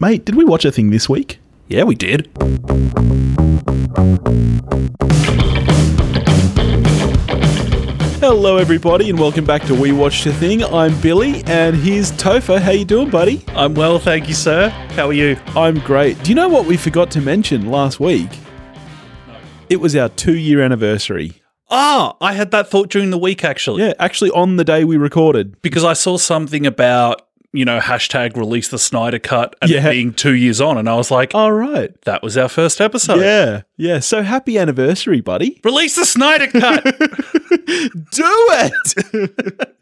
Mate, did we watch a thing this week? Yeah, we did. Hello, everybody, and welcome back to We Watched a Thing. I'm Billy, and here's Topher. How you doing, buddy? I'm well, thank you, sir. How are you? I'm great. Do you know what we forgot to mention last week? It was our two-year anniversary. Ah, I had that thought during the week, actually, Yeah, actually, on the day we recorded. because I saw something about, you know, hashtag release the Snyder Cut and Yeah. it being two years on. And I was like, All right. that was our first episode. Yeah, yeah. So happy anniversary, buddy. Release the Snyder Cut. Do it.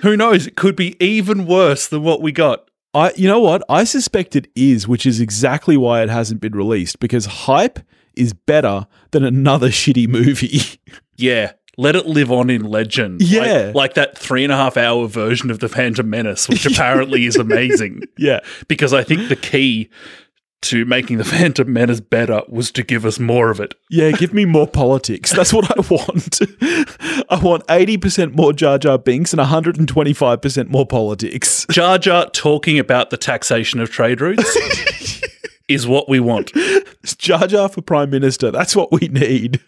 Who knows? It could be even worse than what we got. I, you know what? I suspect it is, which is exactly why it hasn't been released because hype is better than another shitty movie. Yeah. Let it live on in legend. Like- Yeah. Like, that three and a half hour version of The Phantom Menace, which apparently is amazing. yeah. Because I think the key to making The Phantom Menace better was to give us more of it. Yeah, give me more politics. That's what I want. I want 80% more Jar Jar Binks and 125% more politics. Jar Jar talking about the taxation of trade routes is what we want. It's Jar Jar for Prime Minister. That's what we need.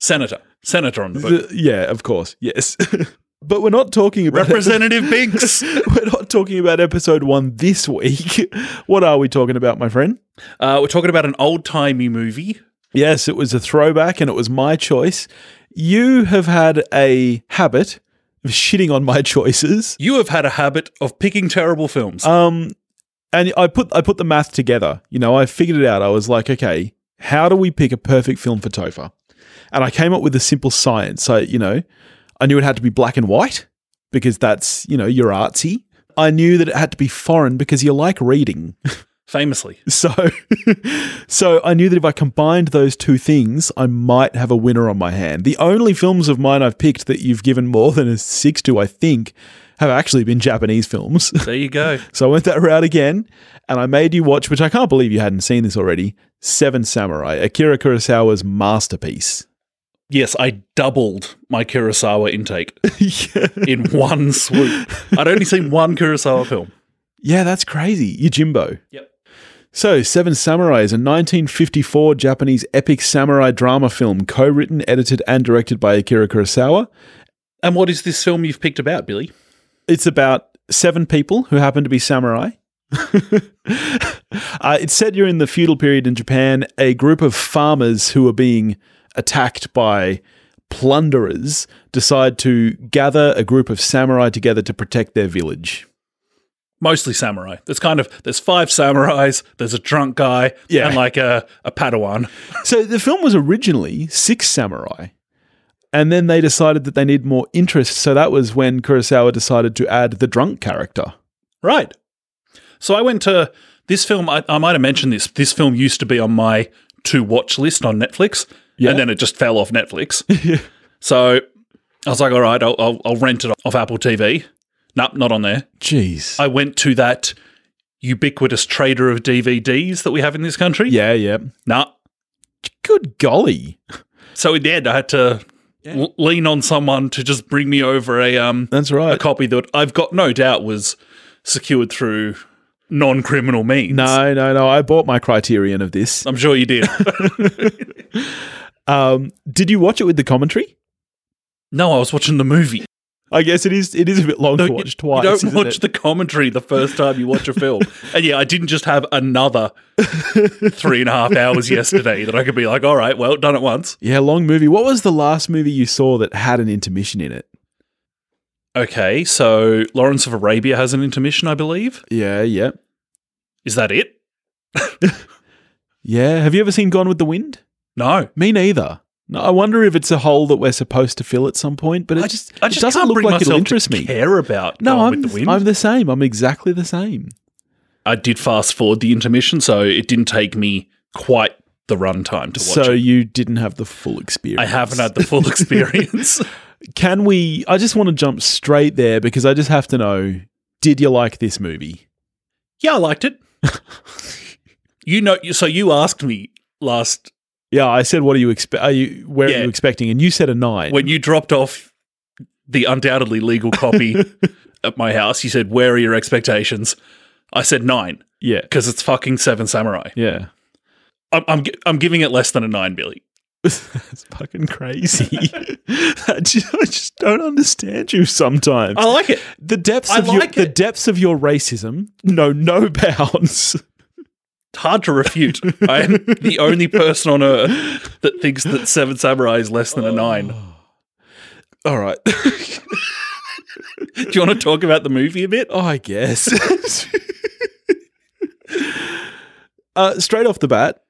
Senator. Senator on the book. Uh, yeah, of course. Yes. but we're not talking about Representative Binks. We're not talking about episode 1 this week. What are we talking about, my friend? Uh, we're talking about an old timey movie. Yes, it was a throwback and it was my choice. You have had a habit of shitting on my choices. You have had a habit of picking terrible films. Um, and I put I put the math together. You know, I figured it out. I was like, okay, how do we pick a perfect film for Topher? And I came up with a simple science. I, you know, I knew it had to be black and white because that's you know you're artsy. I knew that it had to be foreign because you like reading. famously. So, so I knew that if I combined those two things, I might have a winner on my hand. The only films of mine I've picked that you've given more than a six to, I think, have actually been Japanese films. There you go. So I went that route again, and I made you watch, which I can't believe you hadn't seen this already. Seven Samurai, Akira Kurosawa's masterpiece. Yes, I doubled my Kurosawa intake yeah. in one swoop. I'd only seen one Kurosawa film. yeah, that's crazy. Yojimbo. Yep. So, Seven Samurai is a 1954 Japanese epic samurai drama film, co written, edited, and directed by Akira Kurosawa. And what is this film you've picked about, Billy? It's about seven people who happen to be samurai. uh, it's set during the feudal period in Japan. A group of farmers who are being attacked by plunderers decide to gather a group of samurai together to protect their village. Mostly samurai. There's kind of there's five samurais, there's a drunk guy, Yeah. and like a, a Padawan. So the film was originally Six Samurai. And then they decided that they need more interest. So that was when Kurosawa decided to add the drunk character. Right. So I went to this film. I, I might have mentioned this. This film used to be on my to watch list on Netflix, Yeah. and then it just fell off Netflix. So I was like, all right, I'll, I'll, I'll rent it off Apple TV. Nope, not on there. Jeez. I went to that ubiquitous trader of DVDs that we have in this country. yeah, yeah. Nah. Good golly. So in the end, I had to l- lean on someone to just bring me over a um That's right. a copy that I've got no doubt was secured through non criminal means. No, no, no. I bought my Criterion of this. I'm sure you did. Um, did you watch it with the commentary? no, I was watching the movie. I guess it is. It is a bit long to you- watch twice. you isn't don't watch it? the commentary the first time you watch a film. and yeah, I didn't just have another three and a half hours yesterday that I could be like, all right, well, done it once. yeah, long movie. What was the last movie you saw that had an intermission in it? Okay, so Lawrence of Arabia has an intermission, I believe. Yeah, yeah, Is that it? yeah. Have you ever seen Gone with the Wind? No. Me neither. No, I wonder if it's a hole that we're supposed to fill at some point, but it I just, just, I it just doesn't can't look bring like it'll myself interest to me. care about No, Gone I'm with the Wind. I'm the same. I'm exactly the same. I did fast forward the intermission, so it didn't take me quite the runtime to watch So it. you didn't have the full experience. I haven't had the full experience. Can we? I just want to jump straight there because I just have to know: Did you like this movie? Yeah, I liked it. you know, so you asked me last Yeah, I said, "What are you expect? Are you where Yeah. are you expecting?" And you said a nine. when you dropped off the undoubtedly legal copy at my house. You said, "Where are your expectations?" I said nine, Yeah. because it's fucking Seven Samurai. Yeah. I'm, I'm gi- I'm giving it less than a nine, Billy. That's fucking crazy. I, just, I just don't understand you sometimes. I like it. the depths I of your, like the it. depths of your racism know no bounds. It's hard to refute. I am the only person on earth that thinks that Seven Samurai is less than a nine. All right. Do you want to talk about the movie a bit? Oh, I guess. uh, straight off the bat,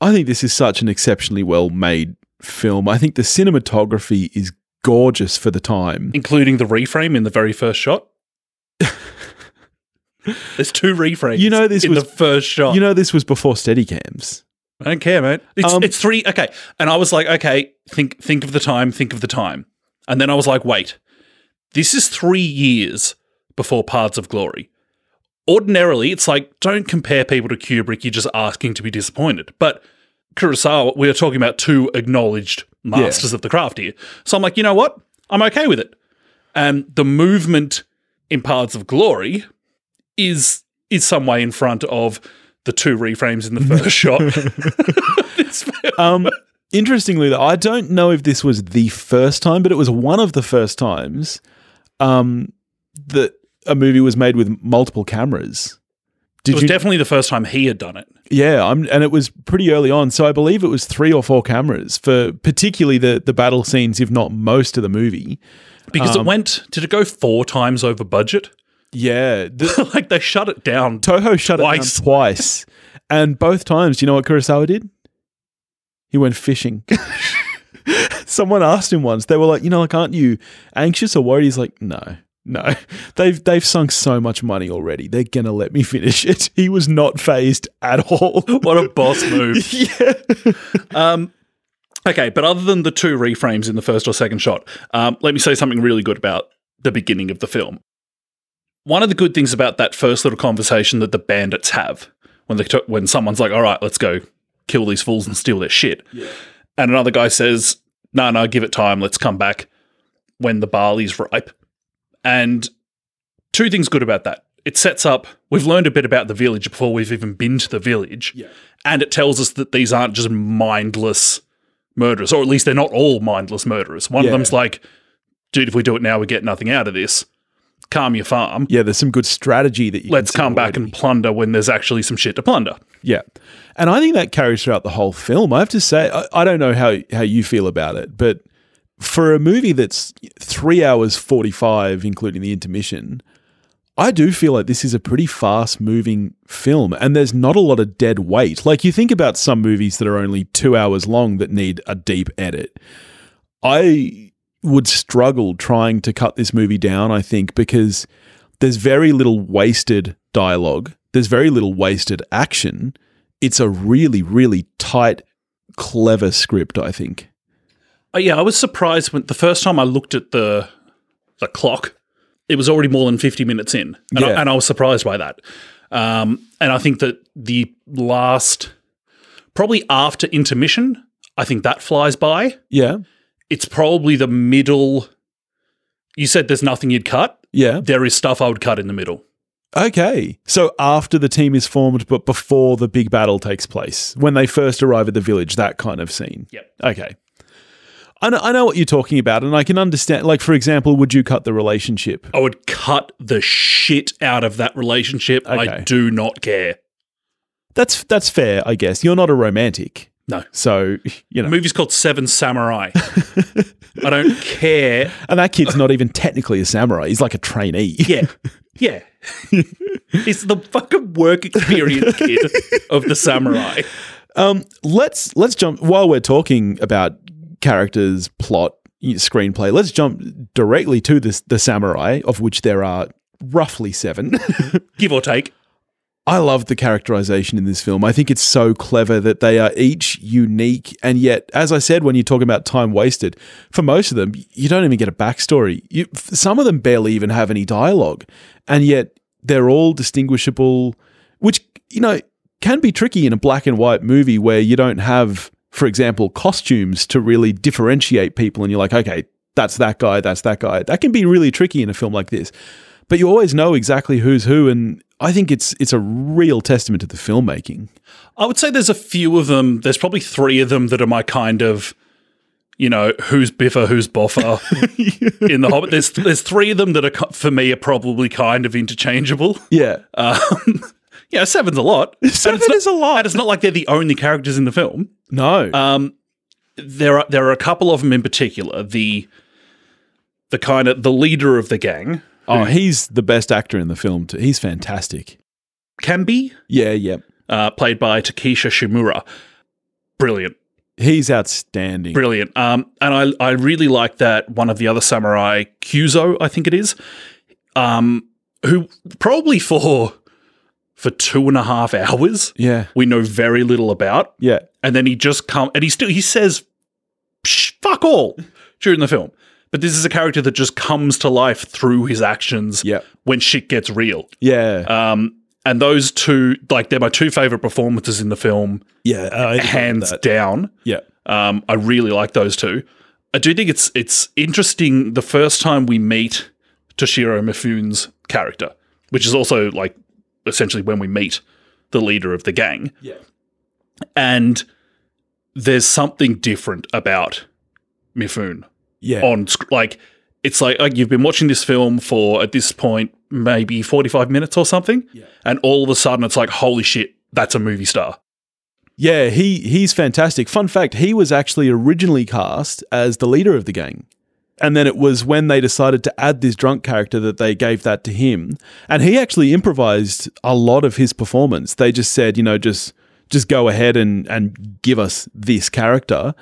I think this is such an exceptionally well made film. I think the cinematography is gorgeous for the time. Including the reframe in the very first shot. There's two reframes. You know this in was- the first shot. You know, this was before Steadicams. I don't care, mate. It's, Um, it's three. Okay, and I was like, okay, think think of the time, think of the time, and then I was like, wait, this is three years before Paths of Glory. Ordinarily, it's like don't compare people to Kubrick. You're just asking to be disappointed. But Kurosawa, we are talking about two acknowledged masters of the craft here. So I'm like, you know what? I'm okay with it. And the movement in Paths of Glory is is some way in front of the two reframes in the first shot. It's- Um, interestingly, though, I don't know if this was the first time, but it was one of the first times um, that a movie was made with multiple cameras. it Did was you? definitely the first time he had done it. yeah, I'm, and it was pretty early on. So I believe it was three or four cameras for particularly the the battle scenes, if not most of the movie. Because Um, it went did it go four times over budget? Yeah, the, like they shut it down. Toho shut Twice. it down twice, and both times, do you know what Kurosawa did? He went fishing. Someone asked him once. They were like, you know, like, aren't you anxious or worried? He's like, no, no. They've they've sunk so much money already. They're gonna let me finish it. He was not phased at all. what a boss move. yeah. Um, okay, but other than the two reframes in the first or second shot, um, let me say something really good about the beginning of the film. One of the good things about that first little conversation that the bandits have when they to- when someone's like, "All right, let's go kill these fools and steal their shit," and another guy says, "No, no, give it time. Let's come back when the barley's ripe." And two things good about that. It sets up. We've learned a bit about the village before we've even been to the village and it tells us that these aren't just mindless murderers, or at least they're not all mindless murderers. One Yeah. of them's like, dude, if we do it now, we get nothing out of this. Calm your farm. Yeah, there's some good strategy that you can Let's see come back already. and plunder when there's actually some shit to plunder. Yeah. And I think that carries throughout the whole film. I have to say, I, I don't know how, how you feel about it, but for a movie that's three hours 45, including the intermission, I do feel like this is a pretty fast moving film and there's not a lot of dead weight. Like you think about some movies that are only two hours long that need a deep edit. I would struggle trying to cut this movie down, I think, because there's very little wasted dialogue. There's very little wasted action. It's a really, really tight, clever script, I think. Uh, yeah, I was surprised when the first time I looked at the the clock, it was already more than fifty minutes in, and, Yeah. I, and I was surprised by that. Um, and I think that the last, probably after intermission, I think that flies by. Yeah. it's probably the middle. You said there's nothing you'd cut. Yeah. There is stuff I would cut in the middle. Okay. So after the team is formed, but before the big battle takes place, when they first arrive at the village, that kind of scene. Yep. Okay. I know, I know what you're talking about, and I can understand. Like, for example, would you cut the relationship? I would cut the shit out of that relationship. I Okay. do not care. That's that's fair, I guess. You're not a romantic, No. so you The know. movie's called Seven Samurai. I don't care. And that kid's not even technically a samurai; he's like a trainee. Yeah. Yeah. it's the fucking work experience kid of the samurai. Um, let's let's jump while we're talking about characters, plot, y- screenplay. Let's jump directly to this the samurai, of which there are roughly seven. Give or take. I love the characterization in this film. I think it's so clever that they are each unique, and yet, as I said, when you talk about time wasted, for most of them, you don't even get a backstory. You, f- some of them barely even have any dialogue, and yet they're all distinguishable, which you know can be tricky in a black and white movie where you don't have, for example, costumes to really differentiate people, and you're like, okay, that's that guy, that's that guy. That can be really tricky in a film like this but you always know exactly who's who and I think it's it's a real testament to the filmmaking. I would say there's a few of them. There's probably three of them that are my kind of, you know, who's Biffa, who's Boffa in the Hobbit. There's there's three of them that are co- for me are probably kind of interchangeable. Yeah, Um, yeah, seven's a lot. Seven And it's not- is a lot. And it's not like they're the only characters in the film. no, Um, there are there are a couple of them in particular. The the kind of the leader of the gang oh, he's the best actor in the film. Too. He's fantastic. can be Yeah, yeah, uh, played by Takesha Shimura. Brilliant. he's outstanding. Brilliant. Um, and I, I really like that one of the other samurai, Kyuzo, I think it is, um, who probably for for two and a half hours Yeah, we know very little about, yeah, and then he just come and he still he says Psh, fuck all during the film. But this is a character that just comes to life through his actions Yeah. when shit gets real. yeah, Um, and those two, like, they're my two favorite performances in the film, yeah. Uh, I love hands that. down. Yeah, Um, I really like those two. I do think it's it's interesting the first time we meet Toshiro Mifune's character, which is also like essentially when we meet the leader of the gang. Yeah. And there's something different about Mifune yeah, on sc- like it's like, like you've been watching this film for at this point maybe 45 minutes or something Yeah. and all of a sudden it's like holy shit that's a movie star yeah. He he's fantastic. Fun fact: he was actually originally cast as the leader of the gang. And then it was when they decided to add this drunk character that they gave that to him. And he actually improvised a lot of his performance. They just said, you know, just just go ahead and and give us this character.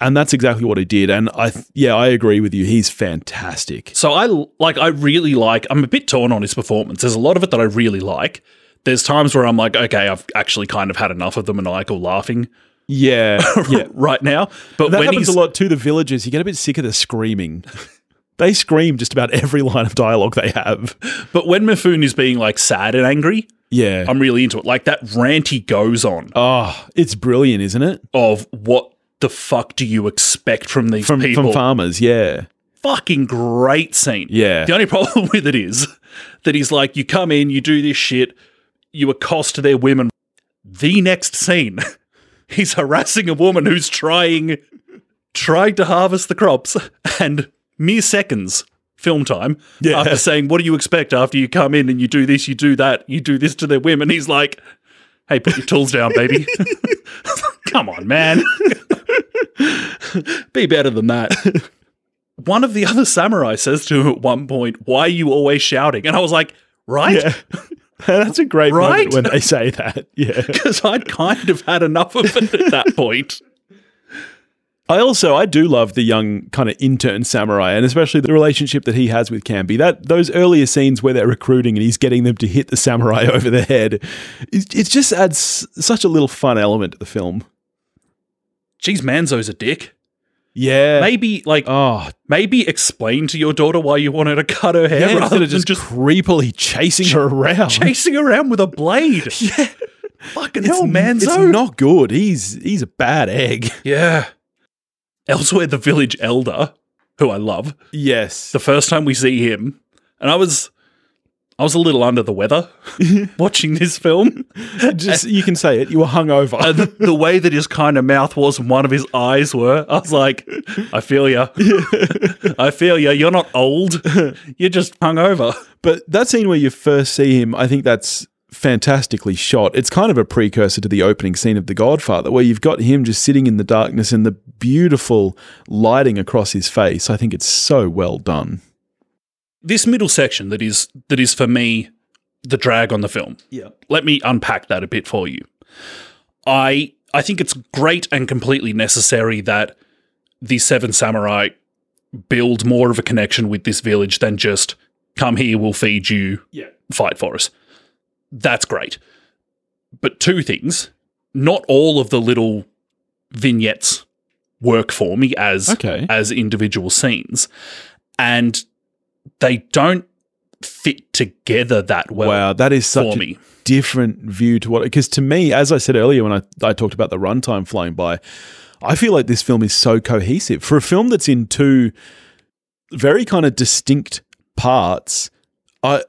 And that's exactly what he did. And I th- yeah, I agree with you. He's fantastic. So I l- like I really like I'm a bit torn on his performance. There's a lot of it that I really like. There's times where I'm like, okay, I've actually kind of had enough of them and I go laughing Yeah. Yeah. right now. But That when happens he's a lot to the villagers. You get a bit sick of the screaming. they scream just about every line of dialogue they have. but when Mifune is being like sad and angry, Yeah. I'm really into it. Like that rant he goes on oh, it's brilliant, isn't it? of what the fuck do you expect from these From people? from farmers, yeah. Fucking great scene. Yeah. The only problem with it is that he's like, you come in, you do this shit, you accost their women. The next scene, he's harassing a woman who's trying, trying to harvest the crops, and mere seconds film time Yeah. after saying, "What do you expect after you come in and you do this, you do that, you do this to their women?" He's like, "Hey, put your tools down, baby. come on, man, be better than that." one of the other samurai says to him at one point, "Why are you always shouting?" And I was like, "Right," Yeah. That's a great Right? moment when they say that. Yeah. because I'd kind of had enough of it at that point. I also I do love the young kind of intern samurai and especially the relationship that he has with Camby. That those earlier scenes where they're recruiting and he's getting them to hit the samurai over the head. It, it just adds such a little fun element to the film. Geez, Manzo's a dick. Yeah. Maybe like Oh, maybe explain to your daughter why you wanted to cut her hair yeah, rather instead than of just, just, creepily chasing her around. chasing around with a blade. yeah. Fucking it's, hell, Manzo. it's not good. He's he's a bad egg. yeah. Elsewhere, the village elder, who I love, Yes. the first time we see him, and I was I was a little under the weather watching this film. just you can say it. You were hungover. and the way that his kind of mouth was and one of his eyes were, I was like, I feel ya. I feel ya. You're not old. You're just hungover. But that scene where you first see him, I think that's fantastically shot. It's kind of a precursor to the opening scene of The Godfather, where you've got him just sitting in the darkness and the beautiful lighting across his face. I think it's so well done. This middle section that is that is for me the drag on the film. Yeah. Let me unpack that a bit for you. I I think it's great and completely necessary that the Seven Samurai build more of a connection with this village than just come here, we'll feed you, Yeah. fight for us. That's great. But two things. Not all of the little vignettes work for me as Okay. as individual scenes. And they don't fit together that well wow, that is for such a me. different view to what because to me, as I said earlier when I, I talked about the runtime flying by, I feel like this film is so cohesive. For a film that's in two very kind of distinct parts, I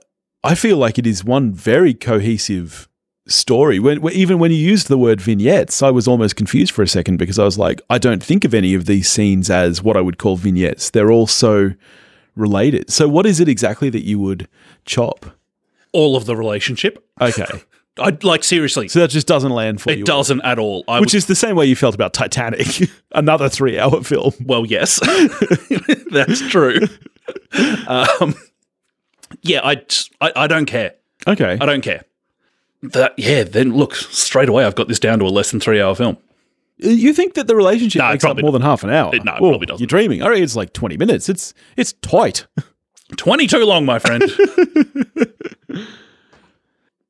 I feel like it is one very cohesive story. When, when- even when you used the word vignettes, I was almost confused for a second because I was like, I don't think of any of these scenes as what I would call vignettes. They're all so related. So, what is it exactly that you would chop? All of the relationship. Okay, I like seriously. so that just doesn't land for you, it doesn't at all. I which is the same way you felt about Titanic, another three-hour film. Well, yes, that's true. um, yeah, I, just- I I don't care. Okay, I don't care. That yeah. Then look straight away. I've got this down to a less than three hour film. You think that the relationship it takes up probably- more than half an hour? it- no, it probably doesn't. You're dreaming. All right, it's like 20 minutes. It's it's tight. Twenty too long, my friend.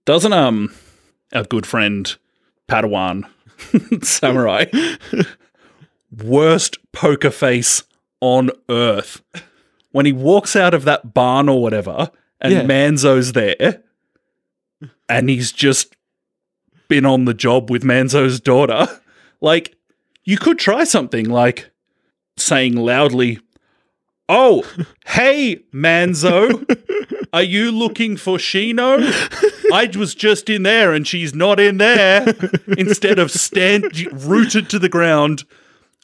Doesn't um our good friend Padawan Samurai worst poker face on earth when he walks out of that barn or whatever and Yeah. Manzo's there and he's just been on the job with Manzo's daughter. Like you could try something like saying loudly, "Oh, hey Manzo." Are you looking for Shino? I was just in there and she's not in there. Instead of stand rooted to the ground,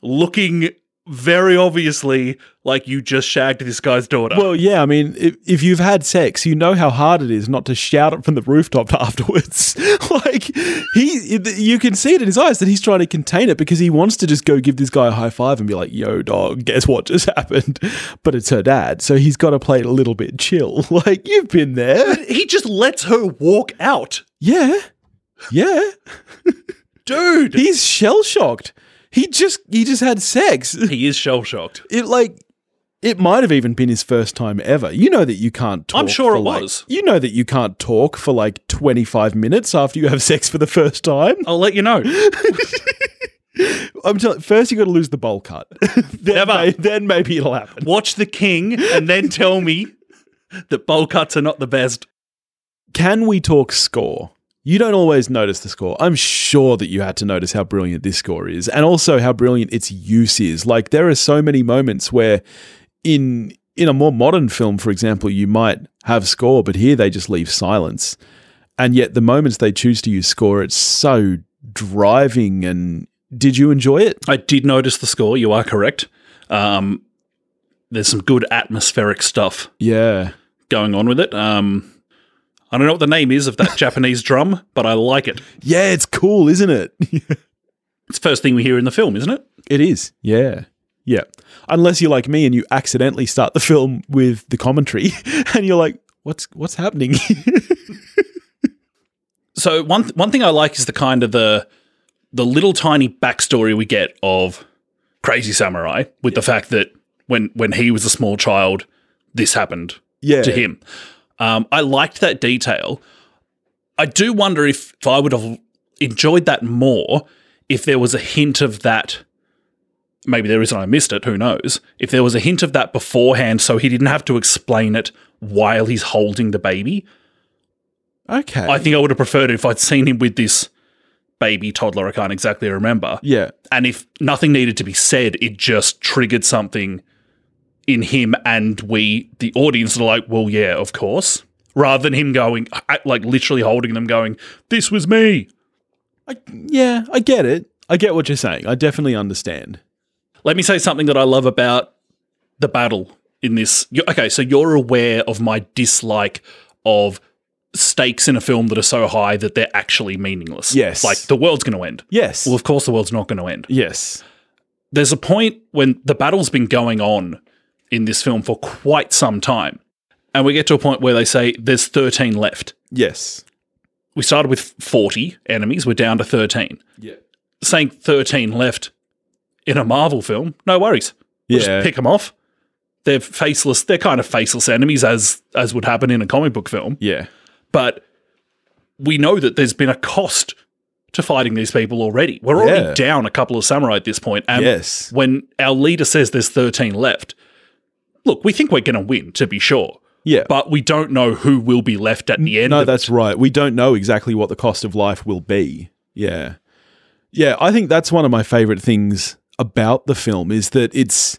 looking very obviously like you just shagged this guy's daughter. Well, yeah, I mean, if, if you've had sex, you know how hard it is not to shout it from the rooftop afterwards. like he you can see it in his eyes that he's trying to contain it because he wants to just go give this guy a high five and be like, "Yo, dog, guess what just happened?" But it's her dad, so he's got to play it a little bit chill. Like, you've been there. he just lets her walk out. Yeah. Yeah. Dude, He's shell shocked. He just he just had sex. he is shell shocked. It like it might have even been his first time ever. You know that you can't talk. I'm sure for, it like- was. You know that you can't talk for like 25 minutes after you have sex for the first time. I'll let you know. I'm telling first you got to lose the bowl cut. then, Never. may- then maybe it'll happen. Watch The King and then tell me that bowl cuts are not the best. Can we talk score? You don't always notice the score. I'm sure that you had to notice how brilliant this score is and also how brilliant its use is. Like there are so many moments where in in a more modern film, for example, you might have score, but here they just leave silence. And yet the moments they choose to use score, it's so driving and did you enjoy it? I did notice the score. You are correct. Um, there's some good atmospheric stuff Yeah. going on with it. Um, I don't know what the name is of that Japanese drum, but I like it. Yeah, it's cool, isn't it? It's the first thing we hear in the film, isn't it? It is. Yeah. Yeah. Unless you're like me and you accidentally start the film with the commentary and you're like, what's what's happening? So one th- one thing I like is the kind of the the little tiny backstory we get of Crazy Samurai with the fact that when when he was a small child, this happened yeah. to him. Um, I liked that detail. I do wonder if, if I would have enjoyed that more if there was a hint of that. Maybe there isn't, I missed it, who knows? If there was a hint of that beforehand, so he didn't have to explain it while he's holding the baby. Okay. I think I would have preferred if I'd seen him with this baby toddler, I can't exactly remember. yeah. And if nothing needed to be said, it just triggered something in him, and we, the audience, are like, well, yeah, of course. Rather than him going, I- like literally holding them, going, this was me. I, yeah, I get it. I get what you're saying. I definitely understand. Let me say something that I love about the battle in this. You- Okay, so you're aware of my dislike of stakes in a film that are so high that they're actually meaningless. Yes. Like the world's going to end. Yes. Well, of course, the world's not going to end. yes. there's a point when the battle's been going on in this film for quite some time. And we get to a point where they say there's 13 left. Yes. We started with 40 enemies, we're down to 13. Yeah. Saying 13 left in a Marvel film, no worries. We'll Yeah. Just pick them off. They're faceless, they're kind of faceless enemies as as would happen in a comic book film, yeah. but we know that there's been a cost to fighting these people already. We're already Yeah. down a couple of samurai at this point, and yes. when our leader says there's 13 left, look, we think we're going to win, to be sure, Yeah. but we don't know who will be left at the end. No, of- that's right. We don't know exactly what the cost of life will be. Yeah. Yeah, I think that's one of my favorite things about the film is that it's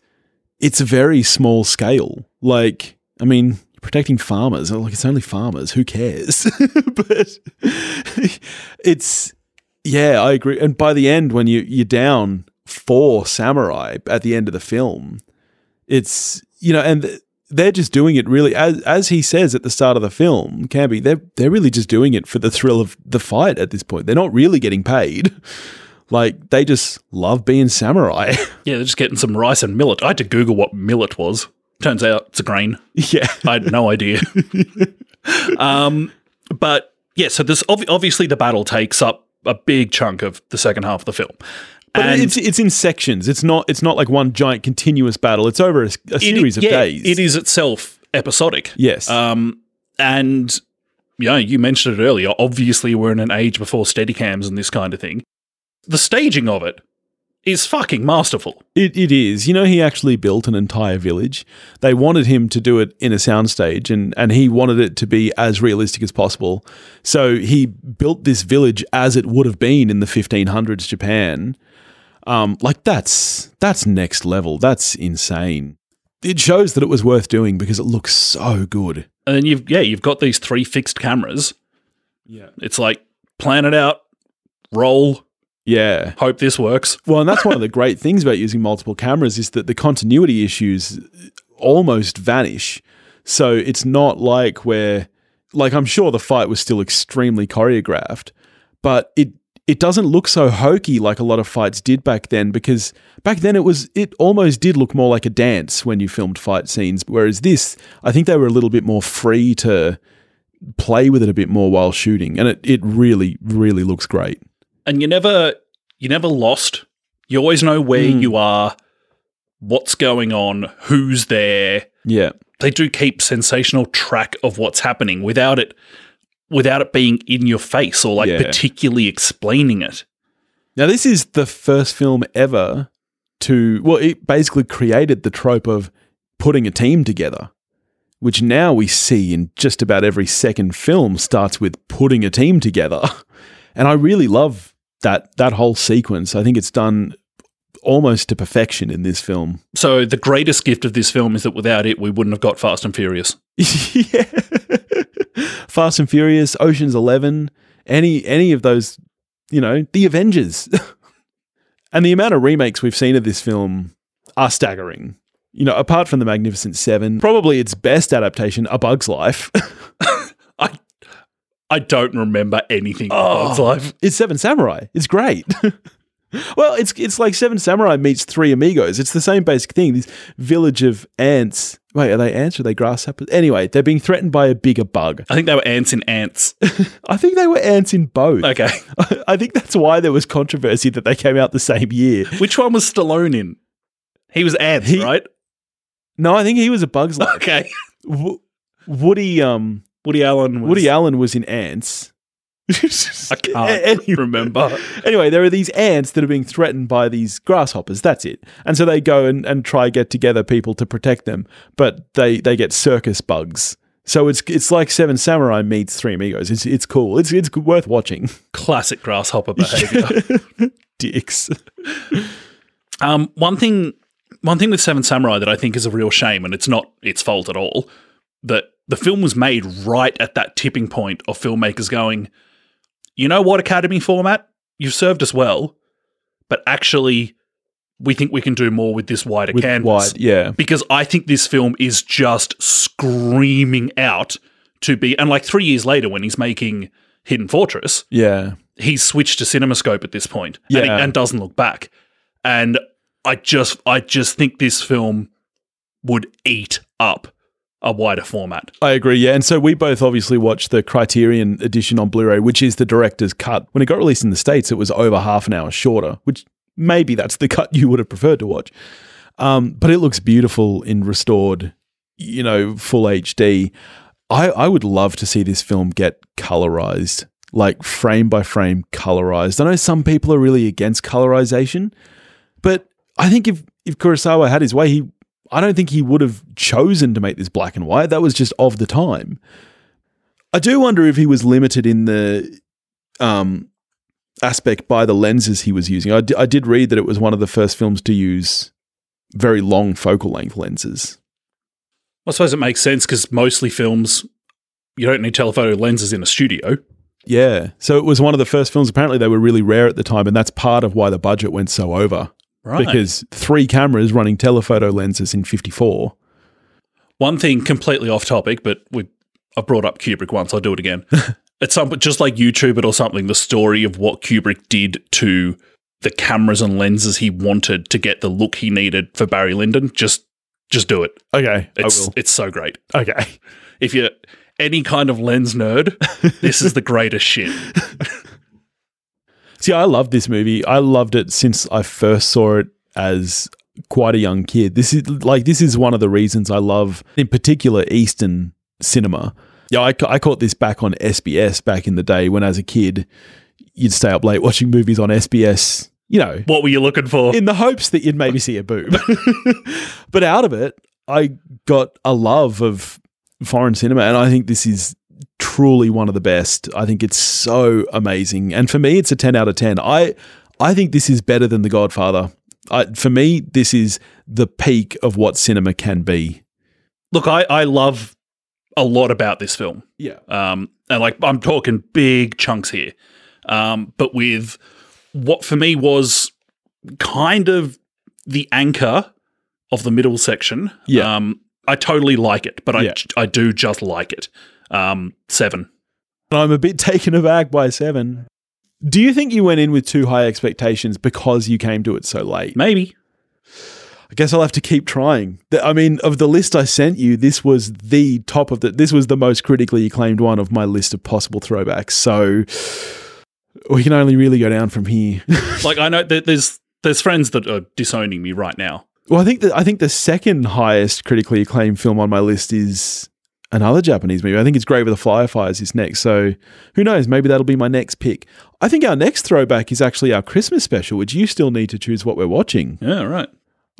it's very small scale. Like, I mean, you protecting farmers. Like it's only farmers. Who cares? but it's yeah, I agree. And by the end, when you you're down four samurai at the end of the film, it's you know, and th- they're just doing it really as as he says at the start of the film, Camby. They're they're really just doing it for the thrill of the fight at this point. They're not really getting paid. Like they just love being samurai. Yeah, they're just getting some rice and millet. I had to Google what millet was. Turns out it's a grain. yeah. I had no idea. um, but yeah, so this ob- obviously the battle takes up a big chunk of the second half of the film. But And it's it's in sections. It's not it's not like one giant continuous battle. It's over a, s- a it- series of yeah, days. It is itself episodic. Yes. Um, and you know, you mentioned it earlier. Obviously, we're in an age before steadicams and this kind of thing. The staging of it is fucking masterful. It, it is. You know, he actually built an entire village. They wanted him to do it in a soundstage, and, and he wanted it to be as realistic as possible. So he built this village as it would have been in the 1500s Japan. Um, like that's that's next level. That's insane. It shows that it was worth doing because it looks so good. And then you've yeah, you've got these three fixed cameras. Yeah. It's like plan it out, roll, Yeah. hope this works. Well, and that's one of the great things about using multiple cameras is that the continuity issues almost vanish. So it's not like where, like I'm sure the fight was still extremely choreographed, but it it doesn't look so hokey like a lot of fights did back then because back then it was it almost did look more like a dance when you filmed fight scenes, whereas this I think they were a little bit more free to play with it a bit more while shooting, and it it really really looks great. And you never you never lost. You always know where Mm. you are, what's going on, who's there. Yeah. They do keep sensational track of what's happening without it without it being in your face or like Yeah. particularly explaining it. Now, this is the first film ever to, well, it basically created the trope of putting a team together, which now we see in just about every second film starts with putting a team together. And I really love that that whole sequence. I think it's done almost to perfection in this film. So the greatest gift of this film is that without it we wouldn't have got Fast and Furious. yeah. Fast and Furious, Ocean's 11, any any of those, you know, the Avengers. and the amount of remakes we've seen of this film are staggering. You know, apart from the Magnificent 7, probably its best adaptation, A Bug's Life, I I don't remember anything Oh. oh. Bug's Life. is Seven Samurai. It's great. well, it's it's like Seven Samurai meets Three Amigos. It's the same basic thing. This village of ants. Wait, are they ants? Are they grasshoppers? Anyway, they're being threatened by a bigger bug. I think they were ants in ants. I think they were ants in both. Okay. I think that's why there was controversy that they came out the same year. Which one was Stallone in? He was ants, He- right? No, I think he was a Bugs Life. Okay. Wo- Woody um Woody Allen was Woody Allen was in Ants. I can't remember. Anyway, there are these ants that are being threatened by these grasshoppers. That's it. And so they go and, and try get together people to protect them, but they they get circus bugs. So it's it's like Seven Samurai meets Three Amigos. It's it's cool. It's it's worth watching. classic grasshopper behavior. Dicks. um, one thing, one thing with Seven Samurai that I think is a real shame, and it's not its fault at all, that the film was made right at that tipping point of filmmakers going, you know what, Academy format, you've served us well, but actually, we think we can do more with this wider With canvas. wide, yeah. because I think this film is just screaming out to be, and like three years later when he's making Hidden Fortress, Yeah. he's switched to CinemaScope at this point, and, he- Yeah. and doesn't look back. And I just, I just think this film would eat up a wider format. I agree, yeah. And so we both obviously watched the Criterion edition on Blu ray, which is the director's cut. When it got released in the States, it was over half an hour shorter, which maybe that's the cut you would have preferred to watch. Um, but it looks beautiful in restored, you know, full HD. I, I would love to see this film get colorized, like frame by frame colorized. I know some people are really against colorization, but I think if, if Kurosawa had his way, he I don't think he would have chosen to make this black and white. That was just of the time. I do wonder if he was limited in the um, aspect by the lenses he was using. I di- I did read that it was one of the first films to use very long focal length lenses. I suppose it makes sense because mostly films, you don't need telephoto lenses in a studio. Yeah. So it was one of the first films. Apparently, they were really rare at the time, and that's part of why the budget went so over. Right. Because three cameras running telephoto lenses in 54. One thing completely off topic, but we I brought up Kubrick once. I'll do it again. At some point, just like YouTube it or something, the story of what Kubrick did to the cameras and lenses he wanted to get the look he needed for Barry Lyndon. Just just do it. Okay. It's it's so great. I will. Okay. If you're any kind of lens nerd, this is the greatest shit. See, I love this movie. I loved it since I first saw it as quite a young kid. This is like this is one of the reasons I love, in particular, Eastern cinema. Yeah, I, ca- I caught this back on SBS back in the day when, as a kid, you'd stay up late watching movies on SBS. You know, What were you looking for? in the hopes that you'd maybe see a boob. but out of it, I got a love of foreign cinema, and I think this is truly one of the best. I think it's so amazing, and for me, it's a ten out of ten. I I think this is better than The Godfather. I, for me, this is the peak of what cinema can be. Look, I, I love a lot about this film. Yeah, um, and like I'm talking big chunks here, um, but with what for me was kind of the anchor of the middle section. Yeah. um, I totally like it, but I Yeah. I do just like it. Um, seven. and I'm a bit taken aback by Seven. Do you think you went in with too high expectations because you came to it so late? Maybe I guess I'll have to keep trying. The- I mean, of the list I sent you, this was the top of the. This was the most critically acclaimed one of my list of possible throwbacks. So we can only really go down from here. like I know that there's there's friends that are disowning me right now. well, I think that I think the second highest critically acclaimed film on my list is another Japanese movie. I think it's Grave of the Fireflies is next. So who knows? Maybe that'll be my next pick. I think our next throwback is actually our Christmas special, which you still need to choose what we're watching. Yeah, right.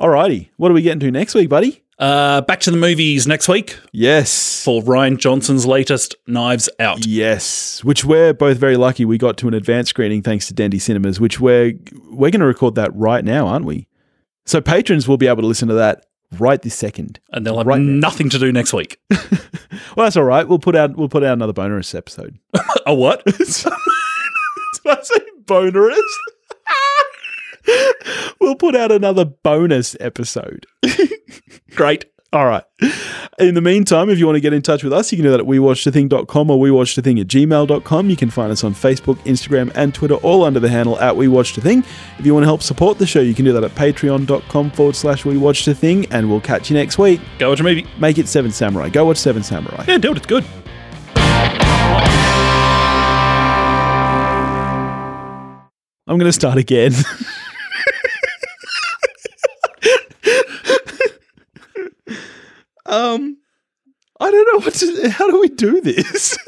Alrighty, what are we getting to next week, buddy? Uh, back to the movies next week Yes. for Ryan Johnson's latest Knives Out. Yes, which we're both very lucky. We got to an advanced screening thanks to Dendy Cinemas, which we're we're going to record that right now, aren't we? So patrons will be able to listen to that right this second. And they'll have Right now. nothing to do next week. Well, that's all right. We'll put out we'll put out another bonus episode. A what? Did I say bonus? we'll put out another bonus episode. Great. All right. In the meantime, if you want to get in touch with us, you can do that at wewatchthething.com or wewatchthething at gmail.com. You can find us on Facebook, Instagram, and Twitter, all under the handle at wewatchthething. If you want to help support the show, you can do that at patreon.com forward slash wewatchthething, and we'll catch you next week. Go watch a movie. Make it Seven Samurai. Go watch Seven Samurai. Yeah, dude, it's good. I'm going to start again. um, I don't know what to, how do we do this?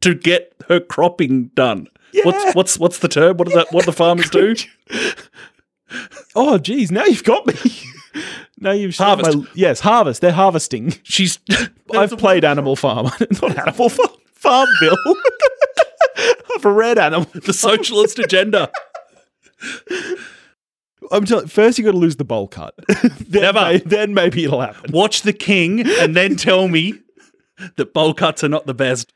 to get her cropping done. Yeah. What's what's what's the term? What is that? What the farmers do? Oh, geez, now you've got me. now you've shut Harvest. My, yes, harvest. They're harvesting. She's. I've played Animal Farm, not Animal Farm. Farmville. I've read Animal. the socialist agenda. I'm telling. First, you got to lose the bowl cut. then Never. may- then maybe it'll happen. Watch the king and then tell me that bowl cuts are not the best.